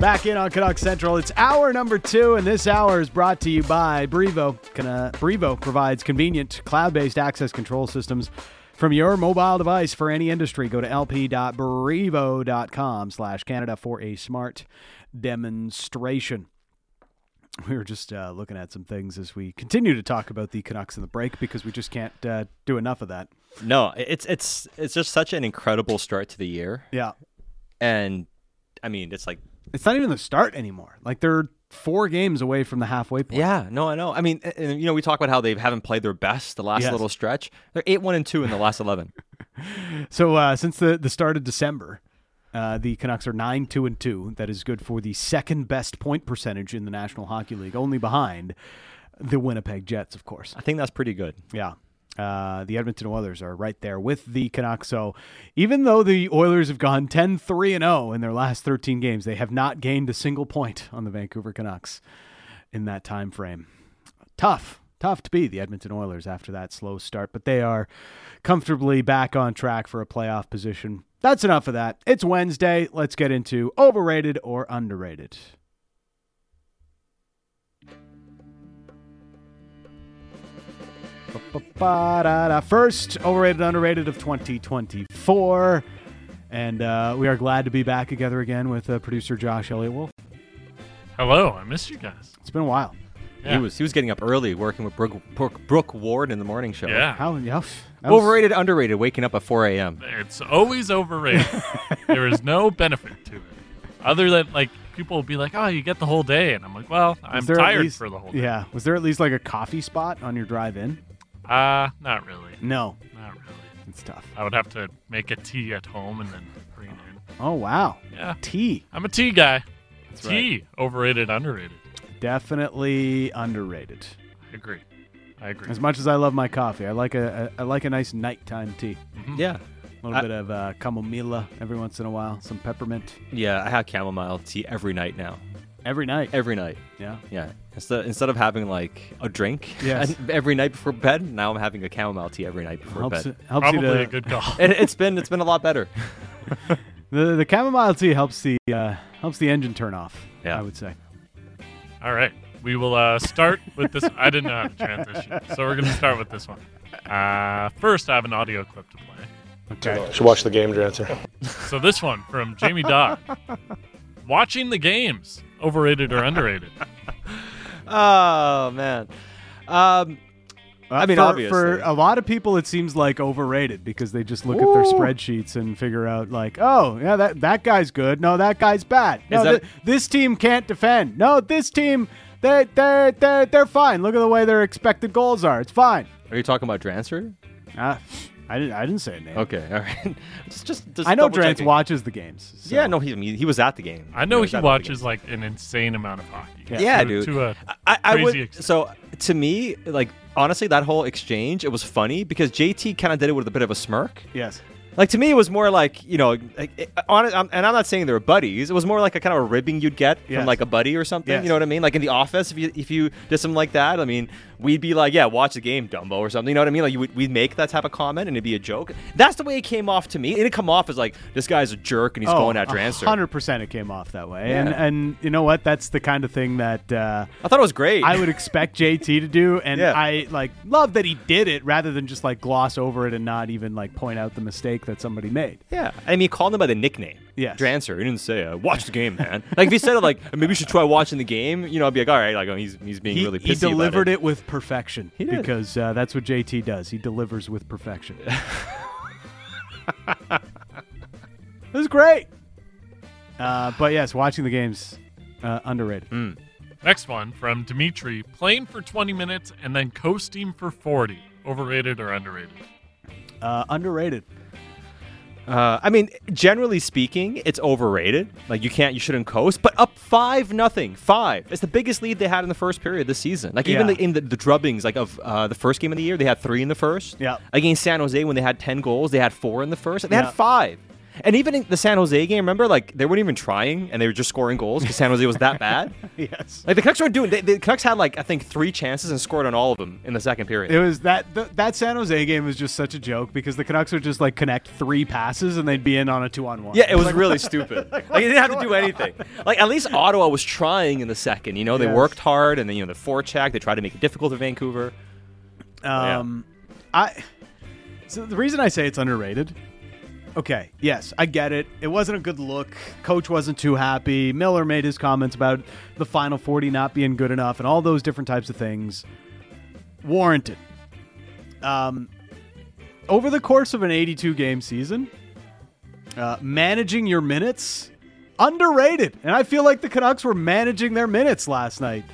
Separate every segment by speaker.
Speaker 1: Back in on Canuck Central. It's hour number two, and this hour is brought to you by Brevo. Can- uh, Brevo provides convenient cloud based access control systems from your mobile device for any industry. Go to lp.brevo.com slash Canada for a smart demonstration. We were just uh, looking at some things as we continue to talk about the Canucks in the break because we just can't uh, do enough of that.
Speaker 2: No, it's it's it's just such an incredible start to the year,
Speaker 1: Yeah.
Speaker 2: and I mean, it's like
Speaker 1: It's not even the start anymore. Like they're four games away from the halfway point.
Speaker 2: yeah, no, I know. I mean, a- and, you know, we talk about how they haven't played their best the last
Speaker 1: Yes.
Speaker 2: little stretch. They're eight one and two in the last eleven.
Speaker 1: So uh, since the, the start of December, uh, the Canucks are nine two and two. That is good for the second best point percentage in the National Hockey League, only behind the Winnipeg Jets, of course.
Speaker 2: I think that's pretty good.
Speaker 1: Yeah. Uh, the Edmonton Oilers are right there with the Canucks. So even though the Oilers have gone 10 3 and 0 in their last 13 games, they have not gained a single point on the Vancouver Canucks in that time frame. Tough, tough to be the Edmonton Oilers after that slow start, but they are comfortably back on track for a playoff position. That's enough of that. It's Wednesday. Let's get into overrated or underrated. Ba-ba-da-da. First overrated, underrated of 2024. And uh, we are glad to be back together again with uh, producer Josh Elliott Wolf.
Speaker 3: Hello, I missed you guys.
Speaker 1: It's been a while.
Speaker 3: Yeah.
Speaker 2: He was he was getting up early, working with Brooke, Brooke, Brooke Ward in the morning show.
Speaker 3: Yeah.
Speaker 1: How? Yeah, that was-
Speaker 2: Overrated, underrated, waking up at 4 a.m.
Speaker 3: It's always overrated. there is no benefit to it. Other than, like, people will be like, oh, you get the whole day. And I'm like, well, I'm
Speaker 1: was there at
Speaker 3: tired
Speaker 1: least-
Speaker 3: for the whole day.
Speaker 1: Yeah. Was there at least like a coffee spot on your drive in?
Speaker 3: Uh, not really.
Speaker 1: No,
Speaker 3: Not really.
Speaker 1: it's tough.
Speaker 3: I would have to make a tea at home and then bring it in.
Speaker 1: Oh, wow.
Speaker 3: Yeah.
Speaker 1: Tea.
Speaker 3: I'm a tea guy.
Speaker 2: right.
Speaker 3: tea. Overrated, underrated.
Speaker 1: Definitely underrated.
Speaker 3: I agree. I agree.
Speaker 1: As much as I love my coffee, I like a, a I like a nice nighttime tea.
Speaker 2: Yeah.
Speaker 1: A little
Speaker 2: I-
Speaker 1: bit of uh, chamomilla every once in a while, some peppermint
Speaker 2: Yeah, I have chamomile tea every night now.
Speaker 1: every night.
Speaker 2: Every night.
Speaker 1: yeah.
Speaker 2: Yeah. Instead, instead of having like a drink
Speaker 1: Yes.
Speaker 2: every night before bed, now I'm having a chamomile tea every night before
Speaker 1: Helps,
Speaker 2: bed.
Speaker 1: helps you
Speaker 3: Probably
Speaker 1: to
Speaker 3: a good call.
Speaker 2: It, it's been it's been a lot better.
Speaker 1: The the chamomile tea helps the uh, helps the engine turn off.
Speaker 2: Yeah.
Speaker 1: I would say.
Speaker 3: All right. We will uh, start with this. I didn't know how to transition, so we're going to start with this one. Uh, first, I have an audio clip to play.
Speaker 1: Okay.
Speaker 4: Should watch the game to answer.
Speaker 3: So this one from Jamie Dodd. Watching the games, overrated or underrated?
Speaker 2: Oh man. Um, I mean,
Speaker 1: Uh, for,
Speaker 2: obviously.
Speaker 1: for a lot of people, it seems like overrated because they just look at their
Speaker 2: Ooh.
Speaker 1: spreadsheets and figure out like, oh yeah, that that guy's good. No, that guy's bad. No,
Speaker 2: Is that-
Speaker 1: thi- this team can't defend. No, this team they they they they're fine. Look at the way their expected goals are. It's fine.
Speaker 2: are you talking about Drancer?
Speaker 1: Ah, I didn't I didn't say a name.
Speaker 2: Okay, all right. just, just, just
Speaker 1: I know
Speaker 2: double
Speaker 1: Drance
Speaker 2: checking.
Speaker 1: watches the games. so-
Speaker 2: Yeah, no, he I mean, he was at the game.
Speaker 3: I know
Speaker 2: was
Speaker 3: he
Speaker 2: at the game.
Speaker 3: watches like an insane amount of hockey.
Speaker 2: Yeah,
Speaker 3: to,
Speaker 2: dude.
Speaker 3: To a
Speaker 2: I, I would.
Speaker 3: crazy extent.
Speaker 2: So to me, like honestly, that whole exchange it was funny because JT kind of did it with a bit of a smirk.
Speaker 1: Yes.
Speaker 2: Like to me, it was more like you know, like, it, on, I'm, and I'm not saying they were buddies. It was more like a kind of a ribbing you'd get
Speaker 1: Yes.
Speaker 2: from like a buddy or something.
Speaker 1: Yes.
Speaker 2: You know what I mean? Like in the office, if you if you did something like that, I mean, we'd be like, yeah, watch the game, Dumbo, or something. You know what I mean? Like you would, we'd make that type of comment, and it'd be a joke. That's the way it came off to me. It didn't come off as like this guy's a jerk and he's going at Drancer.
Speaker 1: Oh, Hundred percent, it came off that way, and
Speaker 2: Yeah.
Speaker 1: and you know what? That's the kind of thing that uh,
Speaker 2: I thought it was great.
Speaker 1: I would expect JT to do, and
Speaker 2: Yeah.
Speaker 1: I like love that he did it rather than just like gloss over it and not even like point out the mistake that somebody made.
Speaker 2: Yeah, I mean, call them by the nickname.
Speaker 1: Yes.
Speaker 2: Drancer. He didn't say, uh, "Watch the game, man." like if he said, "Like maybe you should try watching the game," you know, I'd be like, "All right, like oh, he's he's being
Speaker 1: He,
Speaker 2: really pissy."
Speaker 1: he delivered
Speaker 2: about
Speaker 1: it.
Speaker 2: it.
Speaker 1: with perfection
Speaker 2: He did.
Speaker 1: because uh, that's what JT does. He delivers with perfection. it was great, uh, but yes, watching the games uh, underrated.
Speaker 2: Mm.
Speaker 3: next one from Dimitri. Playing for 20 minutes and then coasting for 40. Overrated or underrated?
Speaker 1: Uh, underrated.
Speaker 2: Uh, I mean, generally speaking, it's overrated. Like you can't, you shouldn't coast. But up five nothing, five. It's the biggest lead they had in the first period this season. Like even
Speaker 1: Yeah.
Speaker 2: the, in the, the drubbings, like of uh, the first game of the year, they had three in the first.
Speaker 1: Yeah.
Speaker 2: Against San Jose, when they had ten goals, they had four in the first. They
Speaker 1: Yeah.
Speaker 2: had five. And even in the San Jose game, remember, like they weren't even trying, and they were just scoring goals because San Jose was that bad.
Speaker 1: yes.
Speaker 2: Like the Canucks weren't doing. They, the Canucks had like I think three chances and scored on all of them in the second period.
Speaker 1: It was that th- that San Jose game was just such a joke because the Canucks would just like connect three passes and they'd be in on a two on one.
Speaker 2: yeah, it was really stupid. Like, they didn't have to do anything. Like at least Ottawa was trying in the second. You know, they
Speaker 1: Yes.
Speaker 2: worked hard, and then you know the forecheck. They tried to make it difficult to Vancouver.
Speaker 1: Um, I. So the reason I say it's underrated. Okay, yes, I get it. It wasn't a good look. Coach wasn't too happy. Miller made his comments about the final 40 not being good enough and all those different types of things. Warranted. Um, over the course of an 82 game season, uh, managing your minutes, underrated. And I feel like the Canucks were managing their minutes last night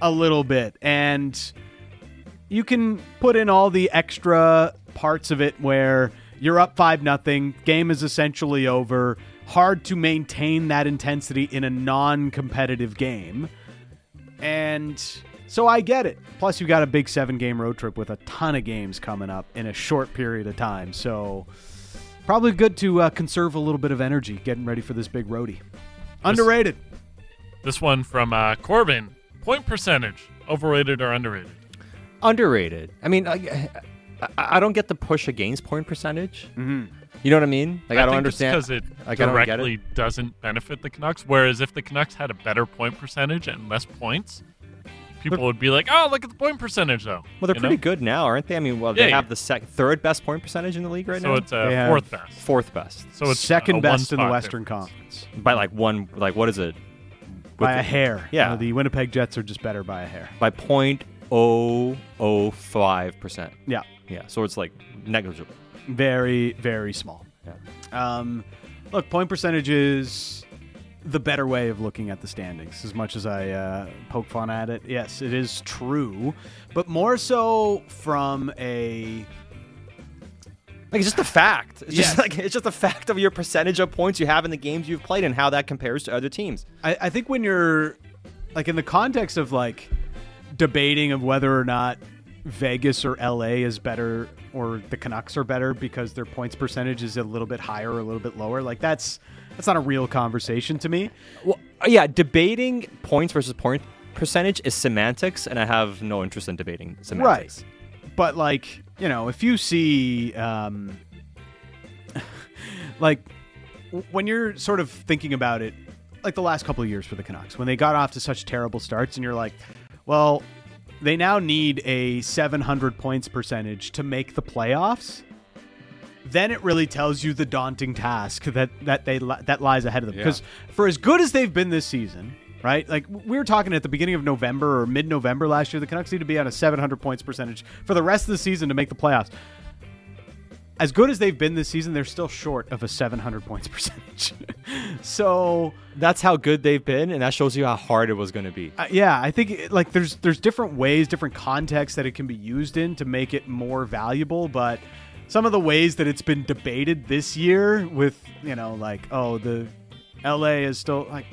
Speaker 1: a little bit. And you can put in all the extra parts of it where you're up five nothing, game is essentially over, hard to maintain that intensity in a non-competitive game. And so I get it. Plus you got a big 7-game road trip with a ton of games coming up in a short period of time. So probably good to uh, conserve a little bit of energy getting ready for this big roadie. Underrated.
Speaker 3: This one from uh, Corbin. Point percentage, overrated or underrated?
Speaker 2: Underrated. I mean, I, I, I don't get the push against point percentage. Mm-hmm. You know what I mean? Like I, don't understand.
Speaker 3: because it
Speaker 2: like, I don't get it.
Speaker 3: directly doesn't benefit the Canucks. Whereas if the Canucks had a better point percentage and less points, people would be like, "Oh, look at the point percentage, though."
Speaker 2: Well, they're
Speaker 3: You know?
Speaker 2: pretty good now, aren't they? I mean, well, they
Speaker 3: Yeah,
Speaker 2: have
Speaker 3: yeah.
Speaker 2: the sec- third best point percentage in the league right
Speaker 3: So
Speaker 2: now.
Speaker 3: it's uh,
Speaker 1: They have-
Speaker 3: fourth best.
Speaker 2: fourth best
Speaker 3: So it's uh,
Speaker 1: Second
Speaker 3: a
Speaker 1: best in the
Speaker 3: one-spot
Speaker 1: Western
Speaker 3: difference.
Speaker 1: Conference
Speaker 2: by like one. Like what is it?
Speaker 1: by
Speaker 2: With-
Speaker 1: a hair.
Speaker 2: Yeah.
Speaker 1: You know, the Winnipeg Jets are just better by a hair.
Speaker 2: By point oh oh five percent.
Speaker 1: Yeah.
Speaker 2: Yeah. So it's like negligible.
Speaker 1: very very small
Speaker 2: Yeah.
Speaker 1: um, look point percentage is the better way of looking at the standings as much as i uh, poke fun at it yes it is true but more so from a
Speaker 2: Like it's just a fact. It's
Speaker 1: Yes.
Speaker 2: just like it's just a fact of your percentage of points you have in the games you've played and how that compares to other teams.
Speaker 1: I, I think when you're like in the context of like debating of whether or not Vegas or LA is better or the Canucks are better because their points percentage is a little bit higher or a little bit lower, like that's that's not a real conversation to me.
Speaker 2: Well, uh, yeah, debating points versus point percentage is semantics, and I have no interest in debating semantics.
Speaker 1: But like, you know, if you see um like w- when you're sort of thinking about it, like the last couple of years for the Canucks, when they got off to such terrible starts and you're like, well, they now need a 700 points percentage to make the playoffs. Then it really tells you the daunting task that that they li- that lies ahead of them because for as good as they've been this season, right? Like we were talking at the beginning of November or mid-November last year, the Canucks need to be on a 700 points percentage for the rest of the season to make the playoffs as good as they've been this season, they're still short of a 700 points percentage. so,
Speaker 2: That's how good they've been, and that shows you how hard it was going to be.
Speaker 1: uh, yeah, I think it- like there's there's different ways, different contexts that it can be used in to make it more valuable, but some of the ways that it's been debated this year with, you know, like oh, the LA is still like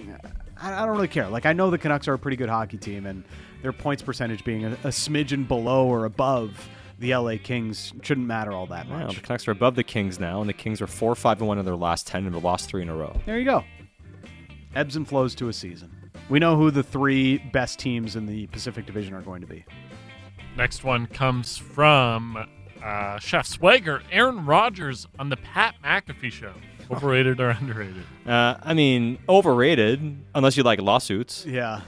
Speaker 1: I I don't really care. Like I know the Canucks are a pretty good hockey team and their points percentage being a, a smidgen below or above the LA Kings shouldn't matter all that
Speaker 2: Wow,
Speaker 1: much.
Speaker 2: the Canucks are above the Kings now, and the Kings are four, five, and one in their last ten, and they lost three in a row.
Speaker 1: There you go. Ebbs and flows to a season. We know who the three best teams in the Pacific Division are going to be.
Speaker 3: Next one comes from uh, Chef Swagger, Aaron Rodgers on the Pat McAfee show.
Speaker 2: Oh.
Speaker 3: Overrated or underrated?
Speaker 2: Uh, I mean, overrated unless you like lawsuits.
Speaker 1: Yeah.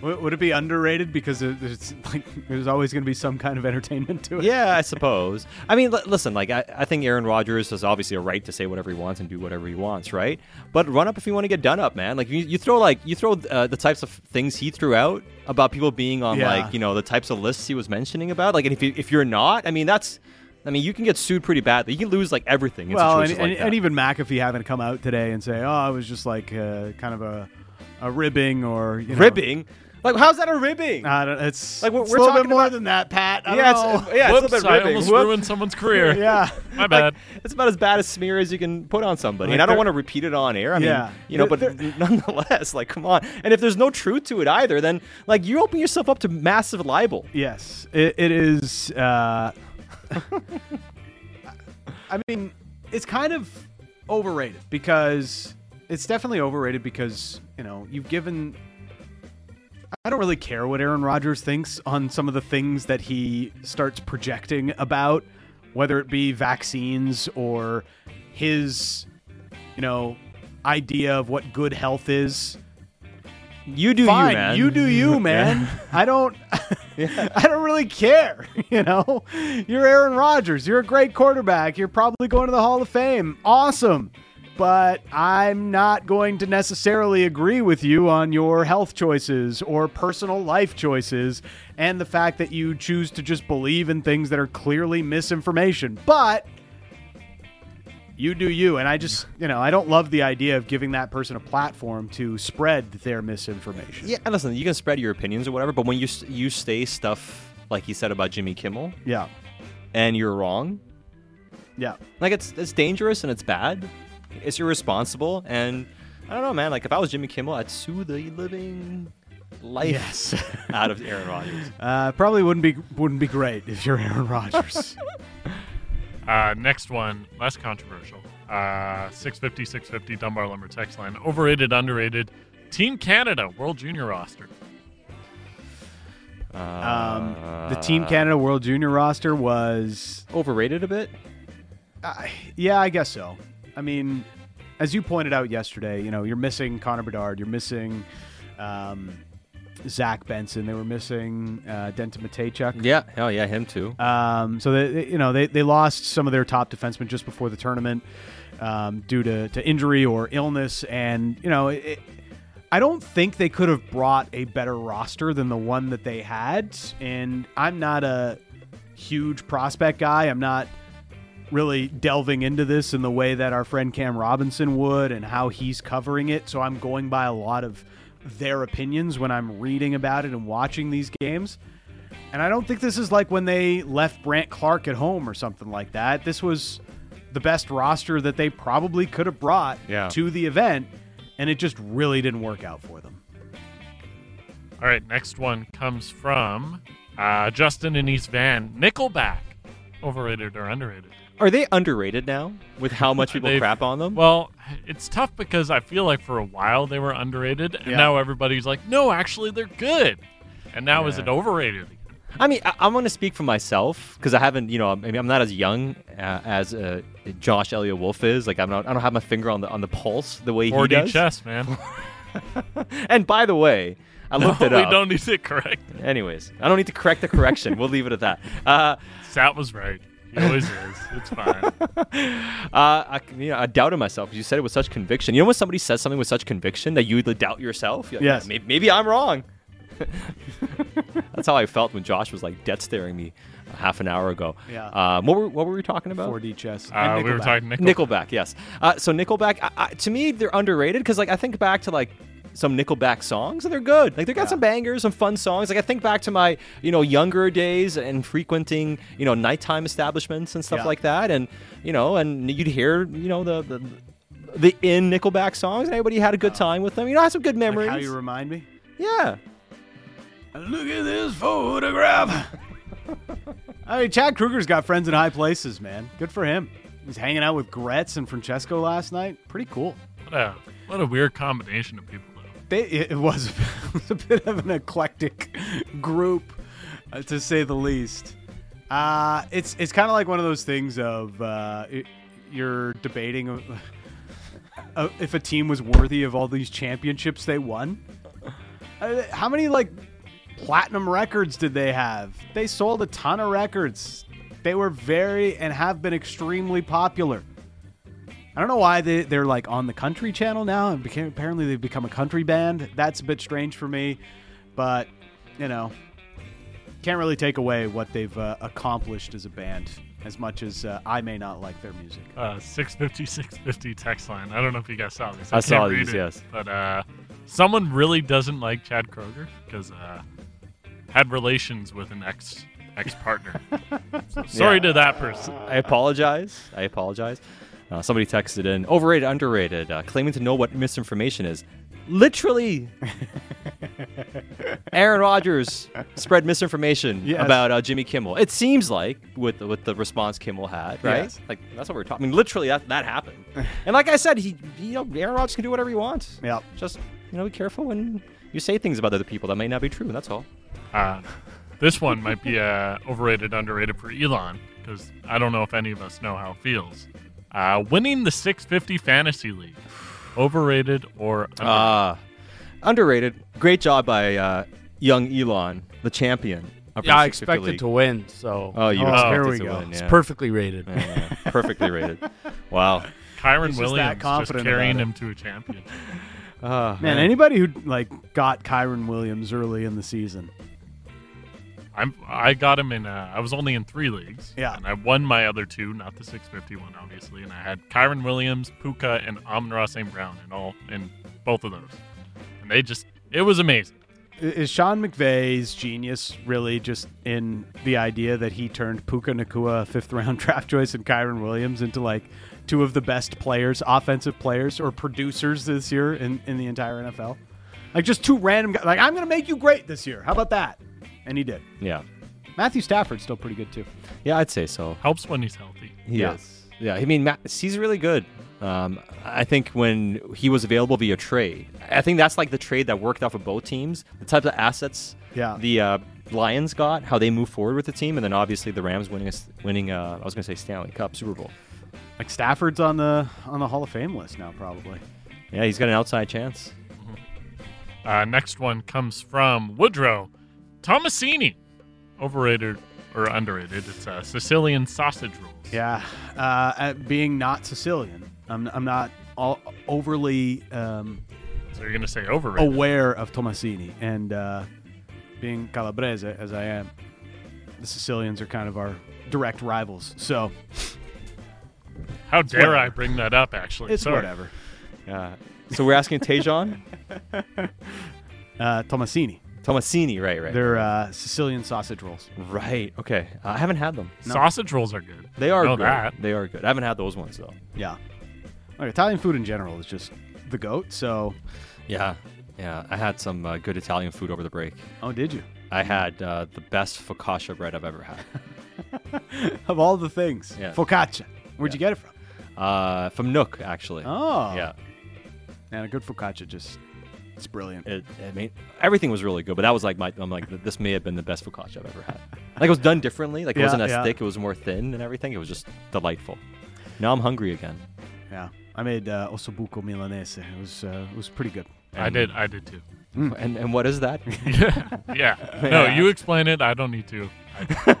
Speaker 1: W- would it be underrated because it- it's like there's always going to be some kind of entertainment to it?
Speaker 2: Yeah, I suppose. I mean, l- listen, like I, I think Aaron Rodgers has obviously a right to say whatever he wants and do whatever he wants, right? But run up if you want to get done up, man. Like you, you throw like you throw uh, the types of things he threw out about people being on
Speaker 1: Yeah.
Speaker 2: like you know the types of lists he was mentioning about. Like, and if you, if you're not, I mean, that's. I mean, you can get sued pretty badly. You can lose like everything. In
Speaker 1: Well, and,
Speaker 2: situations
Speaker 1: and,
Speaker 2: like that.
Speaker 1: and even McAfee having to come out today and say, "Oh, I was just like uh, kind of a, a ribbing or you know,
Speaker 2: ribbing. Like, how's that a ribbing?
Speaker 1: I don't, it's
Speaker 2: Like, we're-
Speaker 1: it's
Speaker 2: we're
Speaker 1: a little bit
Speaker 2: talking
Speaker 1: more
Speaker 2: about-
Speaker 1: than that, Pat. I
Speaker 2: yeah,
Speaker 1: don't
Speaker 2: it's,
Speaker 1: know.
Speaker 2: yeah, it's a
Speaker 3: Whoops!
Speaker 2: little bit
Speaker 3: I
Speaker 2: ribbing.
Speaker 3: almost
Speaker 2: Whoops.
Speaker 3: ruined someone's career.
Speaker 1: yeah.
Speaker 3: my bad.
Speaker 2: It's about as bad a smear as you can put on somebody.
Speaker 1: Like,
Speaker 2: and I don't
Speaker 1: they're-
Speaker 2: want to repeat it on air. I
Speaker 1: Yeah.
Speaker 2: mean, you know,
Speaker 1: They're-
Speaker 2: but nonetheless, like, come on. And if there's no truth to it either, then, like, you open yourself up to massive libel.
Speaker 1: Yes, it, it is. Uh, I mean, it's kind of overrated because it's definitely overrated because you know you've given. I don't really care what Aaron Rodgers thinks on some of the things that he starts projecting about, whether it be vaccines or his, you know, idea of what good health is.
Speaker 2: You do
Speaker 1: Fine,
Speaker 2: you, man.
Speaker 1: you do you, man. I don't. I don't really care. You know, you're Aaron Rodgers. You're a great quarterback. You're probably going to the Hall of Fame. Awesome. But I'm not going to necessarily agree with you on your health choices or personal life choices and the fact that you choose to just believe in things that are clearly misinformation. But you do you. And I just, you know, I don't love the idea of giving that person a platform to spread their misinformation.
Speaker 2: Yeah, and listen, you can spread your opinions or whatever, but when you s- you say stuff like he said about Jimmy Kimmel
Speaker 1: Yeah.
Speaker 2: and you're wrong,
Speaker 1: Yeah.
Speaker 2: like it's it's dangerous and it's bad, it's irresponsible, and I don't know, man. Like if I was Jimmy Kimmel, I'd sue the living life
Speaker 1: Yes.
Speaker 2: out of Aaron Rodgers.
Speaker 1: Uh, probably wouldn't be wouldn't be great if you're Aaron Rodgers.
Speaker 3: Uh, next one, less controversial. Uh, 650, 650, Dunbar Lumber text line. Overrated, underrated. Team Canada World Junior roster.
Speaker 1: um, the Team Canada World Junior roster was,
Speaker 2: overrated a bit.
Speaker 1: uh, yeah, I guess so. I mean, as you pointed out yesterday, you know, you're missing Connor Bedard, you're missing um, Zach Benson, they were missing uh, Denton Matejchuk.
Speaker 2: Yeah, hell yeah, him too.
Speaker 1: Um, so they, they- you know they, they lost some of their top defensemen just before the tournament um, due to, to injury or illness, and you know it, I don't think they could have brought a better roster than the one that they had. And I'm not a huge prospect guy. I'm not really delving into this in the way that our friend Cam Robinson would and how he's covering it. So I'm going by a lot of their opinions when I'm reading about it and watching these games. And I don't think this is like when they left Brant Clark at home or something like that. This was the best roster that they probably could have brought
Speaker 2: Yeah.
Speaker 1: to the event, and it just really didn't work out for them.
Speaker 3: All right, next one comes from uh, Justin and East Van. Nickelback. Overrated or underrated?
Speaker 2: Are they underrated now with how much people
Speaker 3: They've-
Speaker 2: crap on them?
Speaker 3: Well, it's tough because I feel like for a while they were underrated, and
Speaker 1: Yeah.
Speaker 3: now everybody's like, no, actually, they're good. And now is it overrated?
Speaker 2: I mean, I, I'm going to speak for myself because I haven't, you know, I mean, I'm not as young uh, as uh, Josh Elliott Wolf is. Like, I'm not, I don't have my finger on the on the pulse the way he
Speaker 3: 4D
Speaker 2: does.
Speaker 3: chess, man.
Speaker 2: And by the way, I looked
Speaker 3: we
Speaker 2: it up.
Speaker 3: don't need to correct.
Speaker 2: Anyways, I don't need to correct the correction. we'll leave it at that. Uh,
Speaker 3: Sat was right. He always is. It's fine.
Speaker 2: uh, I, you know, I doubted myself 'cause you said it with such conviction. You know when somebody says something with such conviction that you doubt yourself? You're like,
Speaker 1: Yes.
Speaker 2: Maybe, maybe I'm wrong. That's how I felt when Josh was like dead staring me uh, half an hour ago.
Speaker 1: Yeah.
Speaker 2: Um, what were what were we talking about?
Speaker 1: 4D chess. and
Speaker 3: Uh, we were
Speaker 1: Nickelback.
Speaker 3: talking Nickelback.
Speaker 2: Nickelback, yes. Uh, so Nickelback, I, I, to me, they're underrated because like I think back to like some Nickelback songs and they're good. Like they got
Speaker 1: Yeah.
Speaker 2: some bangers, some fun songs. Like I think back to my you know younger days and frequenting you know nighttime establishments and stuff
Speaker 1: Yeah.
Speaker 2: like that, and you know, and you'd hear you know the. the the in Nickelback songs, and everybody had a good time with them. You know, I had some good
Speaker 1: Like
Speaker 2: memories.
Speaker 1: how you remind me?
Speaker 2: yeah,
Speaker 1: Look at this photograph. I mean, Chad Kruger's got friends in high places, man. Good for him. He's hanging out with Gretz and Francesco last night. Pretty cool.
Speaker 3: What a what a weird combination of people. Though.
Speaker 1: They, it, it was it was a bit of an eclectic group, uh, to say the least. Uh, it's it's kind of like one of those things of uh, it, you're debating uh, if a team was worthy of all these championships they won. Uh, how many like platinum records did they have? They sold a ton of records. They were very and have been extremely popular. I don't know why they, they're like on the country channel now. And became, apparently, they've become a country band. That's a bit strange for me, but you know, can't really take away what they've uh, accomplished as a band. As much as uh, I may not like their music,
Speaker 3: Uh, 650, 650 text line. I don't know if you guys saw this.
Speaker 2: I
Speaker 3: can't
Speaker 2: saw
Speaker 3: read
Speaker 2: these,
Speaker 3: it,
Speaker 2: yes.
Speaker 3: But uh, someone really doesn't like Chad Kroger because uh, had relations with an ex ex partner. so sorry
Speaker 2: Yeah.
Speaker 3: to that person.
Speaker 2: I apologize. I apologize. Uh, somebody texted in overrated, underrated, uh, claiming to know what misinformation is. literally Aaron Rodgers spread misinformation
Speaker 1: Yes.
Speaker 2: about uh, Jimmy Kimmel. It seems like with the, with the response Kimmel had, right?
Speaker 1: Yes.
Speaker 2: Like that's what we're talking. I mean, literally that that happened. and like I said, he you know Aaron Rodgers can do whatever he wants.
Speaker 1: Yep.
Speaker 2: Just you know, be careful when you say things about other people that may not be true. That's all.
Speaker 3: Uh, this one might be uh, overrated, underrated for Elon because I don't know if any of us know how it feels. Uh, winning the 650 fantasy league, overrated or underrated?
Speaker 2: Ah, underrated. Great job by uh, young Elon, the champion. of
Speaker 4: Yeah, I
Speaker 2: Race 650
Speaker 4: expected
Speaker 2: League.
Speaker 4: to win, so
Speaker 2: Oh, you
Speaker 1: Oh,
Speaker 2: expected
Speaker 1: here we
Speaker 2: to
Speaker 1: go.
Speaker 2: win,
Speaker 4: it's
Speaker 2: yeah.
Speaker 4: perfectly rated.
Speaker 2: Yeah, yeah. perfectly rated. Wow.
Speaker 3: Kyron
Speaker 1: He's just that
Speaker 3: Williams just,
Speaker 1: confident
Speaker 3: carrying
Speaker 1: about it.
Speaker 3: him to a champion.
Speaker 2: Ah,
Speaker 1: Man, anybody who like got Kyron Williams early in the season,
Speaker 3: I'm I got him in. Uh, I was only in three leagues.
Speaker 1: Yeah.
Speaker 3: and I won my other two, not the 651, obviously. And I had Kyron Williams, Puka, and Amon Ross St. Brown in all in both of those, and they just it was amazing.
Speaker 1: I- is Sean McVay's genius really just in the idea that he turned Puka Nakua, fifth round draft choice, and Kyron Williams into like two of the best players, offensive players or producers this year in, in the entire NFL? Like just two random guys. Like I'm going to make you great this year. How about that? And he did.
Speaker 2: yeah.
Speaker 1: Matthew Stafford's still pretty good too.
Speaker 2: Yeah, I'd say so.
Speaker 3: Helps when he's healthy.
Speaker 2: He
Speaker 1: Yeah.
Speaker 2: is. Yeah, I mean, Matt, he's really good. Um, I think when he was available via trade, I think that's like the trade that worked out for both teams. The types of assets
Speaker 1: Yeah.
Speaker 2: the uh, Lions got, how they move forward with the team, and then obviously the Rams winning, a s- winning uh, I was going to say Stanley Cup, Super Bowl.
Speaker 1: Like Stafford's on the on the Hall of Fame list now probably.
Speaker 2: Yeah, he's got an outside chance.
Speaker 3: Uh, next one comes from Woodrow Tomasini. Overrated or underrated? It's uh, Sicilian sausage rolls.
Speaker 1: Yeah, uh, at being not Sicilian, I'm, I'm not all overly um,
Speaker 3: So you're gonna say overrated?
Speaker 1: aware of Tomasini and uh, being Calabrese as I am. The Sicilians are kind of our direct rivals, so
Speaker 3: How dare
Speaker 1: whatever.
Speaker 3: I bring that up? Actually,
Speaker 1: it's
Speaker 3: Sorry.
Speaker 1: whatever.
Speaker 2: Yeah. Uh, So we're asking Tejon
Speaker 1: Uh, Tomasini,
Speaker 2: Tomasini, right? Right.
Speaker 1: they're uh, Sicilian sausage rolls.
Speaker 2: right. Okay. Uh, I haven't had them.
Speaker 3: Sausage rolls are good.
Speaker 2: They are
Speaker 3: Know
Speaker 2: good.
Speaker 3: that.
Speaker 2: They are good. I haven't had those ones though.
Speaker 1: Yeah, like Italian food in general is just the goat. So,
Speaker 2: Yeah. Yeah. I had some uh, good Italian food over the break.
Speaker 1: oh, did you?
Speaker 2: I had uh, the best focaccia bread I've ever had.
Speaker 1: Of all the things,
Speaker 2: Yeah.
Speaker 1: focaccia. Where'd you get it from?
Speaker 2: Uh, from Nook, actually.
Speaker 1: Oh,
Speaker 2: Yeah.
Speaker 1: And a good focaccia just it's brilliant.
Speaker 2: It, I mean, everything was really good, but that was like my. I'm like, this may have been the best focaccia I've ever had. Like it was done differently. Like it
Speaker 1: Yeah,
Speaker 2: wasn't as
Speaker 1: yeah.
Speaker 2: thick. It was more thin and everything. It was just delightful. Now I'm hungry again.
Speaker 1: Yeah, I made uh, ossobuco milanese. It was uh, it was pretty good.
Speaker 3: I did. I did too.
Speaker 2: And and what is that?
Speaker 3: Yeah. No,
Speaker 2: Yeah.
Speaker 3: you explain it. I don't need to.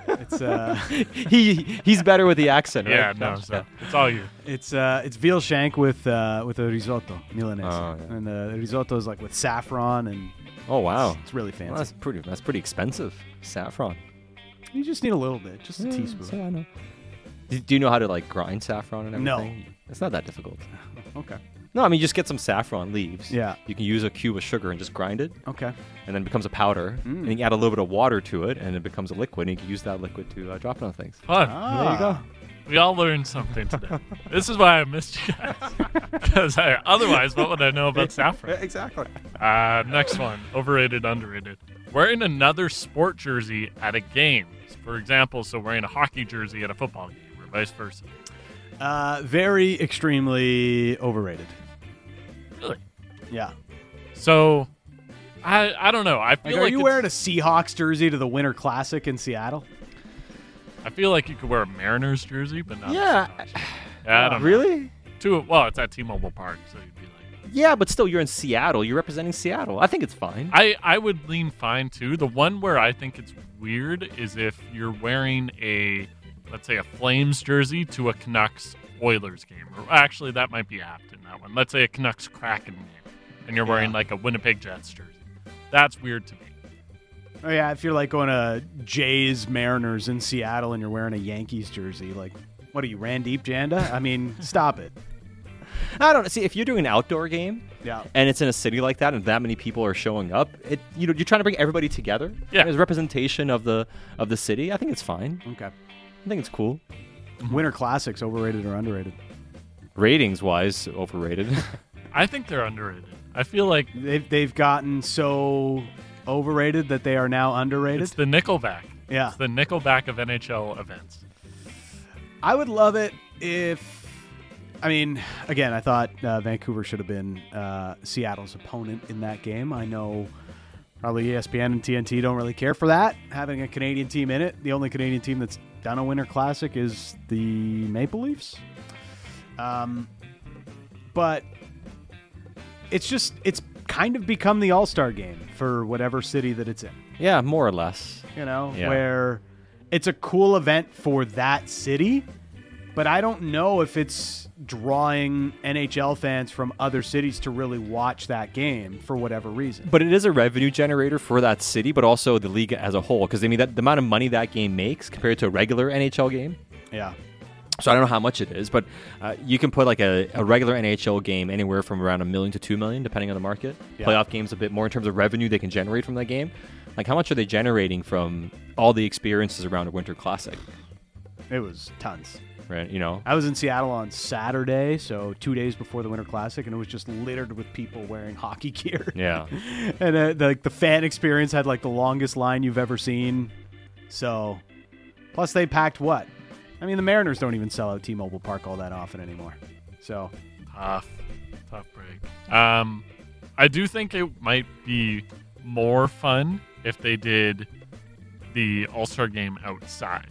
Speaker 1: It's uh,
Speaker 2: he he's better with the accent, right?
Speaker 3: Yeah. No. So it's all you.
Speaker 1: it's uh, it's veal shank with uh, with a risotto milanese,
Speaker 2: Oh, yeah.
Speaker 1: and the risotto is like with saffron, and
Speaker 2: Oh wow.
Speaker 1: it's really
Speaker 2: Well,
Speaker 1: fancy.
Speaker 2: that's pretty. That's pretty expensive. Saffron.
Speaker 1: you just need a little bit, just a teaspoon.
Speaker 2: So I know. Mm, Do, do you know how to like grind saffron and
Speaker 1: No.
Speaker 2: everything? It's not that difficult.
Speaker 1: Okay,
Speaker 2: No, I mean just get some saffron leaves.
Speaker 1: Yeah.
Speaker 2: You can use a cube of sugar and just grind it,
Speaker 1: okay.
Speaker 2: and then it becomes a powder.
Speaker 3: Mm.
Speaker 2: And you can add a little bit of water to it, and it becomes a liquid. And you can use that liquid to uh, drop it on things.
Speaker 3: Fun.
Speaker 1: Ah,
Speaker 3: We all learned something today. this is why I missed you guys. Because I, otherwise, what would I know about saffron?
Speaker 2: Exactly.
Speaker 3: Uh, next one. Overrated, underrated. Wearing another sport jersey at a game. For example, so wearing a hockey jersey at a football game or vice versa.
Speaker 1: Uh, very extremely overrated.
Speaker 3: Really?
Speaker 1: Yeah.
Speaker 3: So, I I don't know. I feel
Speaker 1: Like,
Speaker 3: like,
Speaker 1: are you
Speaker 3: it's-
Speaker 1: wearing a Seahawks jersey to the Winter Classic in Seattle?
Speaker 3: I feel like you could wear a Mariners jersey, but not. a
Speaker 2: Yeah.
Speaker 3: Seahawks jersey. Yeah, I don't know.
Speaker 2: Really?
Speaker 3: Two. Well, it's at T-Mobile Park, so you'd be like.
Speaker 2: Yeah, but still, you're in Seattle. You're representing Seattle. I think it's fine.
Speaker 3: I I would lean fine too. The one where I think it's weird is if you're wearing a, let's say a Flames jersey to a Canucks Oilers game. Or actually, that might be apt in that one. Let's say a Canucks Kraken game, and you're wearing like a Winnipeg Jets jersey. That's weird to me.
Speaker 1: Oh yeah, if you're like going to Jays Mariners in Seattle and you're wearing a Yankees jersey, like what are you, Randeep Janda? I mean, stop it.
Speaker 2: I don't see if you're doing an outdoor game.
Speaker 1: Yeah.
Speaker 2: And it's in a city like that, and that many people are showing up. It, you know, you're trying to bring everybody together.
Speaker 3: Yeah.
Speaker 2: As representation of the of the city, I think it's fine.
Speaker 1: Okay.
Speaker 2: I think it's cool.
Speaker 1: Winter classics overrated or underrated?
Speaker 2: Ratings wise, overrated.
Speaker 3: I think they're underrated. I feel like
Speaker 1: They've, they've gotten so overrated that they are now underrated.
Speaker 3: it's the Nickelback.
Speaker 1: Yeah.
Speaker 3: It's the Nickelback of NHL events.
Speaker 1: I would love it if. I mean, again, I thought uh, Vancouver should have been uh, Seattle's opponent in that game. I know probably E ESPN and TNT don't really care for that, having a Canadian team in it. The only Canadian team that's done a Winter Classic is the Maple Leafs. Um, but it's just, it's kind of become the all star game for whatever city that it's in
Speaker 2: Yeah, more or less.
Speaker 1: you know,
Speaker 2: Yeah.
Speaker 1: where it's a cool event for that city, but I don't know if it's drawing NHL fans from other cities to really watch that game for whatever reason.
Speaker 2: But it is a revenue generator for that city, but also the league as a whole. Because I mean, that, the amount of money that game makes compared to a regular NHL game.
Speaker 1: yeah.
Speaker 2: So I don't know how much it is, but uh, you can put like a, a regular NHL game anywhere from around a million to two million, depending on the market.
Speaker 1: Yeah.
Speaker 2: Playoff games a bit more in terms of revenue they can generate from that game. Like, how much are they generating from all the experiences around a Winter Classic?
Speaker 1: It was tons.
Speaker 2: Right? You know,
Speaker 1: I was in Seattle on Saturday, so 2 days before the Winter Classic, and it was just littered with people wearing hockey gear.
Speaker 2: yeah.
Speaker 1: and uh, the, like the fan experience had like the longest line you've ever seen. So, plus they packed what? I mean, the Mariners don't even sell out T-Mobile Park all that often anymore. So,
Speaker 3: Tough, tough break. Um, I do think it might be more fun if they did the All Star Game outside,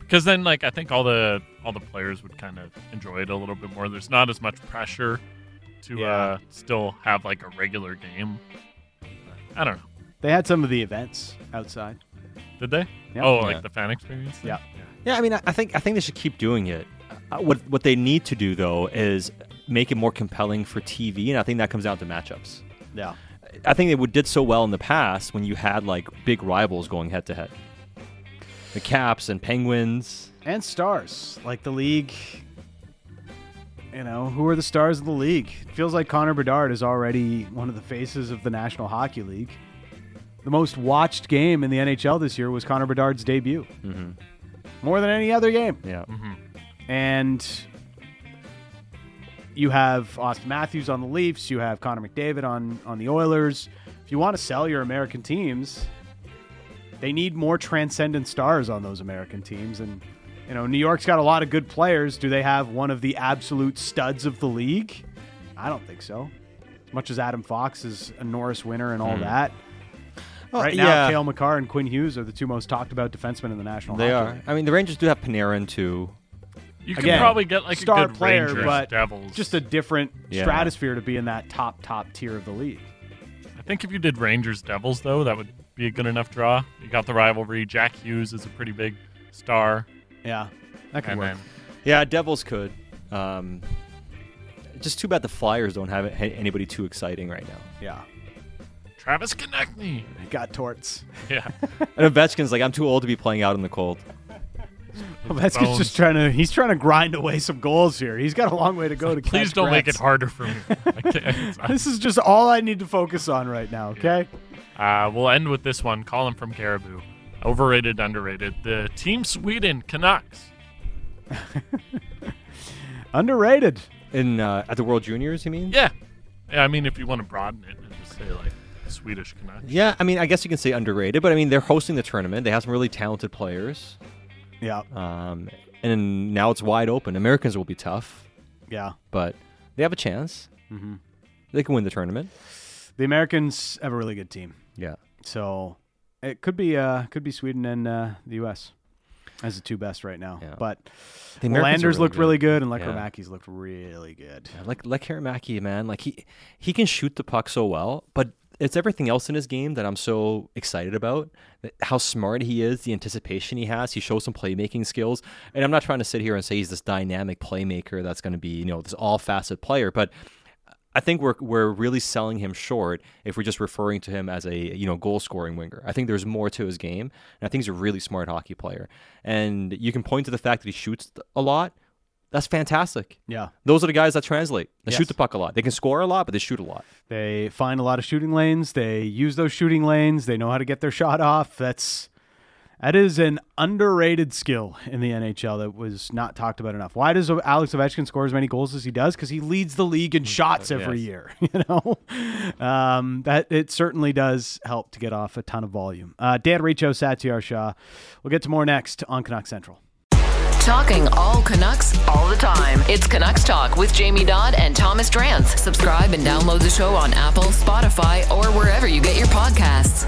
Speaker 3: because then like I think all the all the players would kind of enjoy it a little bit more. There's not as much pressure to uh, still have like a regular game. I don't know.
Speaker 1: They had some of the events outside.
Speaker 3: Did they?
Speaker 1: Yeah.
Speaker 3: Oh,
Speaker 2: Yeah.
Speaker 3: like the fan experience. thing?
Speaker 1: Yeah.
Speaker 2: Yeah, I mean, I I think I think they should keep doing it. Uh, what what they need to do though is make it more compelling for TV, and I think that comes down to matchups.
Speaker 1: Yeah.
Speaker 2: I think they would did so well in the past when you had like big rivals going head to head, the Caps and Penguins.
Speaker 1: And stars, like the league. You know, who are the stars of the league? It feels like Connor Bedard is already one of the faces of the National Hockey League. The most watched game in the NHL this year was Connor Bedard's debut. More than any other game.
Speaker 2: Yeah,
Speaker 1: And you have Austin Matthews on the Leafs, you have Connor McDavid on, on the Oilers. If you want to sell your American teams, they need more transcendent stars on those American teams. And, you know, New York's got a lot of good players. Do they have one of the absolute studs of the league? I don't think so. As much as Adam Fox is a Norris winner and
Speaker 2: Hmm.
Speaker 1: all that. Right now,
Speaker 2: yeah.
Speaker 1: Kale McCarr and Quinn Hughes are the two most talked about defensemen in the National
Speaker 2: they
Speaker 1: Hockey
Speaker 2: are.
Speaker 1: League.
Speaker 2: I mean, the Rangers do have Panarin too.
Speaker 3: You could
Speaker 1: Again,
Speaker 3: probably get like
Speaker 1: star
Speaker 3: a good
Speaker 1: player,
Speaker 3: Rangers,
Speaker 1: but
Speaker 3: Devils.
Speaker 1: just a different
Speaker 2: Yeah.
Speaker 1: stratosphere to be in that top top tier of the league.
Speaker 3: I think if you did Rangers Devils though, that would be a good enough draw. You got the rivalry. Jack Hughes is a pretty big star,
Speaker 1: Yeah, that could
Speaker 3: and
Speaker 1: work.
Speaker 3: then
Speaker 2: Yeah, Devils could. Um, just too bad the Flyers don't have ha- anybody too exciting right now.
Speaker 1: Yeah,
Speaker 3: Travis Konechny.
Speaker 1: I got torts.
Speaker 3: Yeah,
Speaker 2: And Ovechkin's like, I'm too old to be playing out in the cold.
Speaker 1: Ovechkin's just trying to he's trying to grind away some goals here. He's got a long way to go to.
Speaker 3: please
Speaker 1: catch
Speaker 3: don't make it
Speaker 1: Kratz.
Speaker 3: harder for me. I can't.
Speaker 1: This is just all I need to focus on right now. Okay.
Speaker 3: Uh, we'll end with this one. Colin from Caribou. Overrated, underrated. The Team Sweden Canucks.
Speaker 1: Underrated.
Speaker 2: In uh, at the World Juniors, you mean?
Speaker 3: Yeah. yeah. I mean, if you want to broaden it and just say like Swedish Canucks.
Speaker 2: Yeah, I mean, I guess you can say underrated, but I mean, they're hosting the tournament. They have some really talented players,
Speaker 1: Yeah.
Speaker 2: um, and now it's wide open. Americans will be tough,
Speaker 1: Yeah.
Speaker 2: but they have a chance. Mm-hmm. They can win the tournament.
Speaker 1: The Americans have a really good team,
Speaker 2: Yeah,
Speaker 1: so it could be uh could be Sweden and uh, the U.S. as the two best right now.
Speaker 2: Yeah.
Speaker 1: But
Speaker 2: the
Speaker 1: Landers looked really good, and
Speaker 2: Yeah.
Speaker 1: Lekramaki's looked really good.
Speaker 2: Yeah, like like Karamaki, man. Like he he can shoot the puck so well, but it's everything else in his game that I'm so excited about. That- How smart he is, the anticipation he has. He shows some playmaking skills, and I'm not trying to sit here and say he's this dynamic playmaker that's going to be you know this all facet player, but. I think we're we're really selling him short if we're just referring to him as a you know goal scoring winger. I think there's more to his game, and I think he's a really smart hockey player. And you can point to the fact that he shoots a lot. That's fantastic.
Speaker 1: Yeah.
Speaker 2: Those are the guys that translate. They
Speaker 1: Yes.
Speaker 2: shoot the puck a lot. They can score a lot, but they shoot a lot.
Speaker 1: They find a lot of shooting lanes. They use those shooting lanes. They know how to get their shot off. That's That is an underrated skill in the NHL that was not talked about enough. Why does Alex Ovechkin score as many goals as he does? Because he leads the league in shots every
Speaker 2: Yes.
Speaker 1: year. You know um, that it certainly does help to get off a ton of volume. Uh, Dan Riccio, Satyar Shah. We'll get to more next on Canuck Central.
Speaker 4: Talking all Canucks all the time. It's Canucks Talk with Jamie Dodd and Thomas Drance. Subscribe and download the show on Apple, Spotify, or wherever you get your podcasts.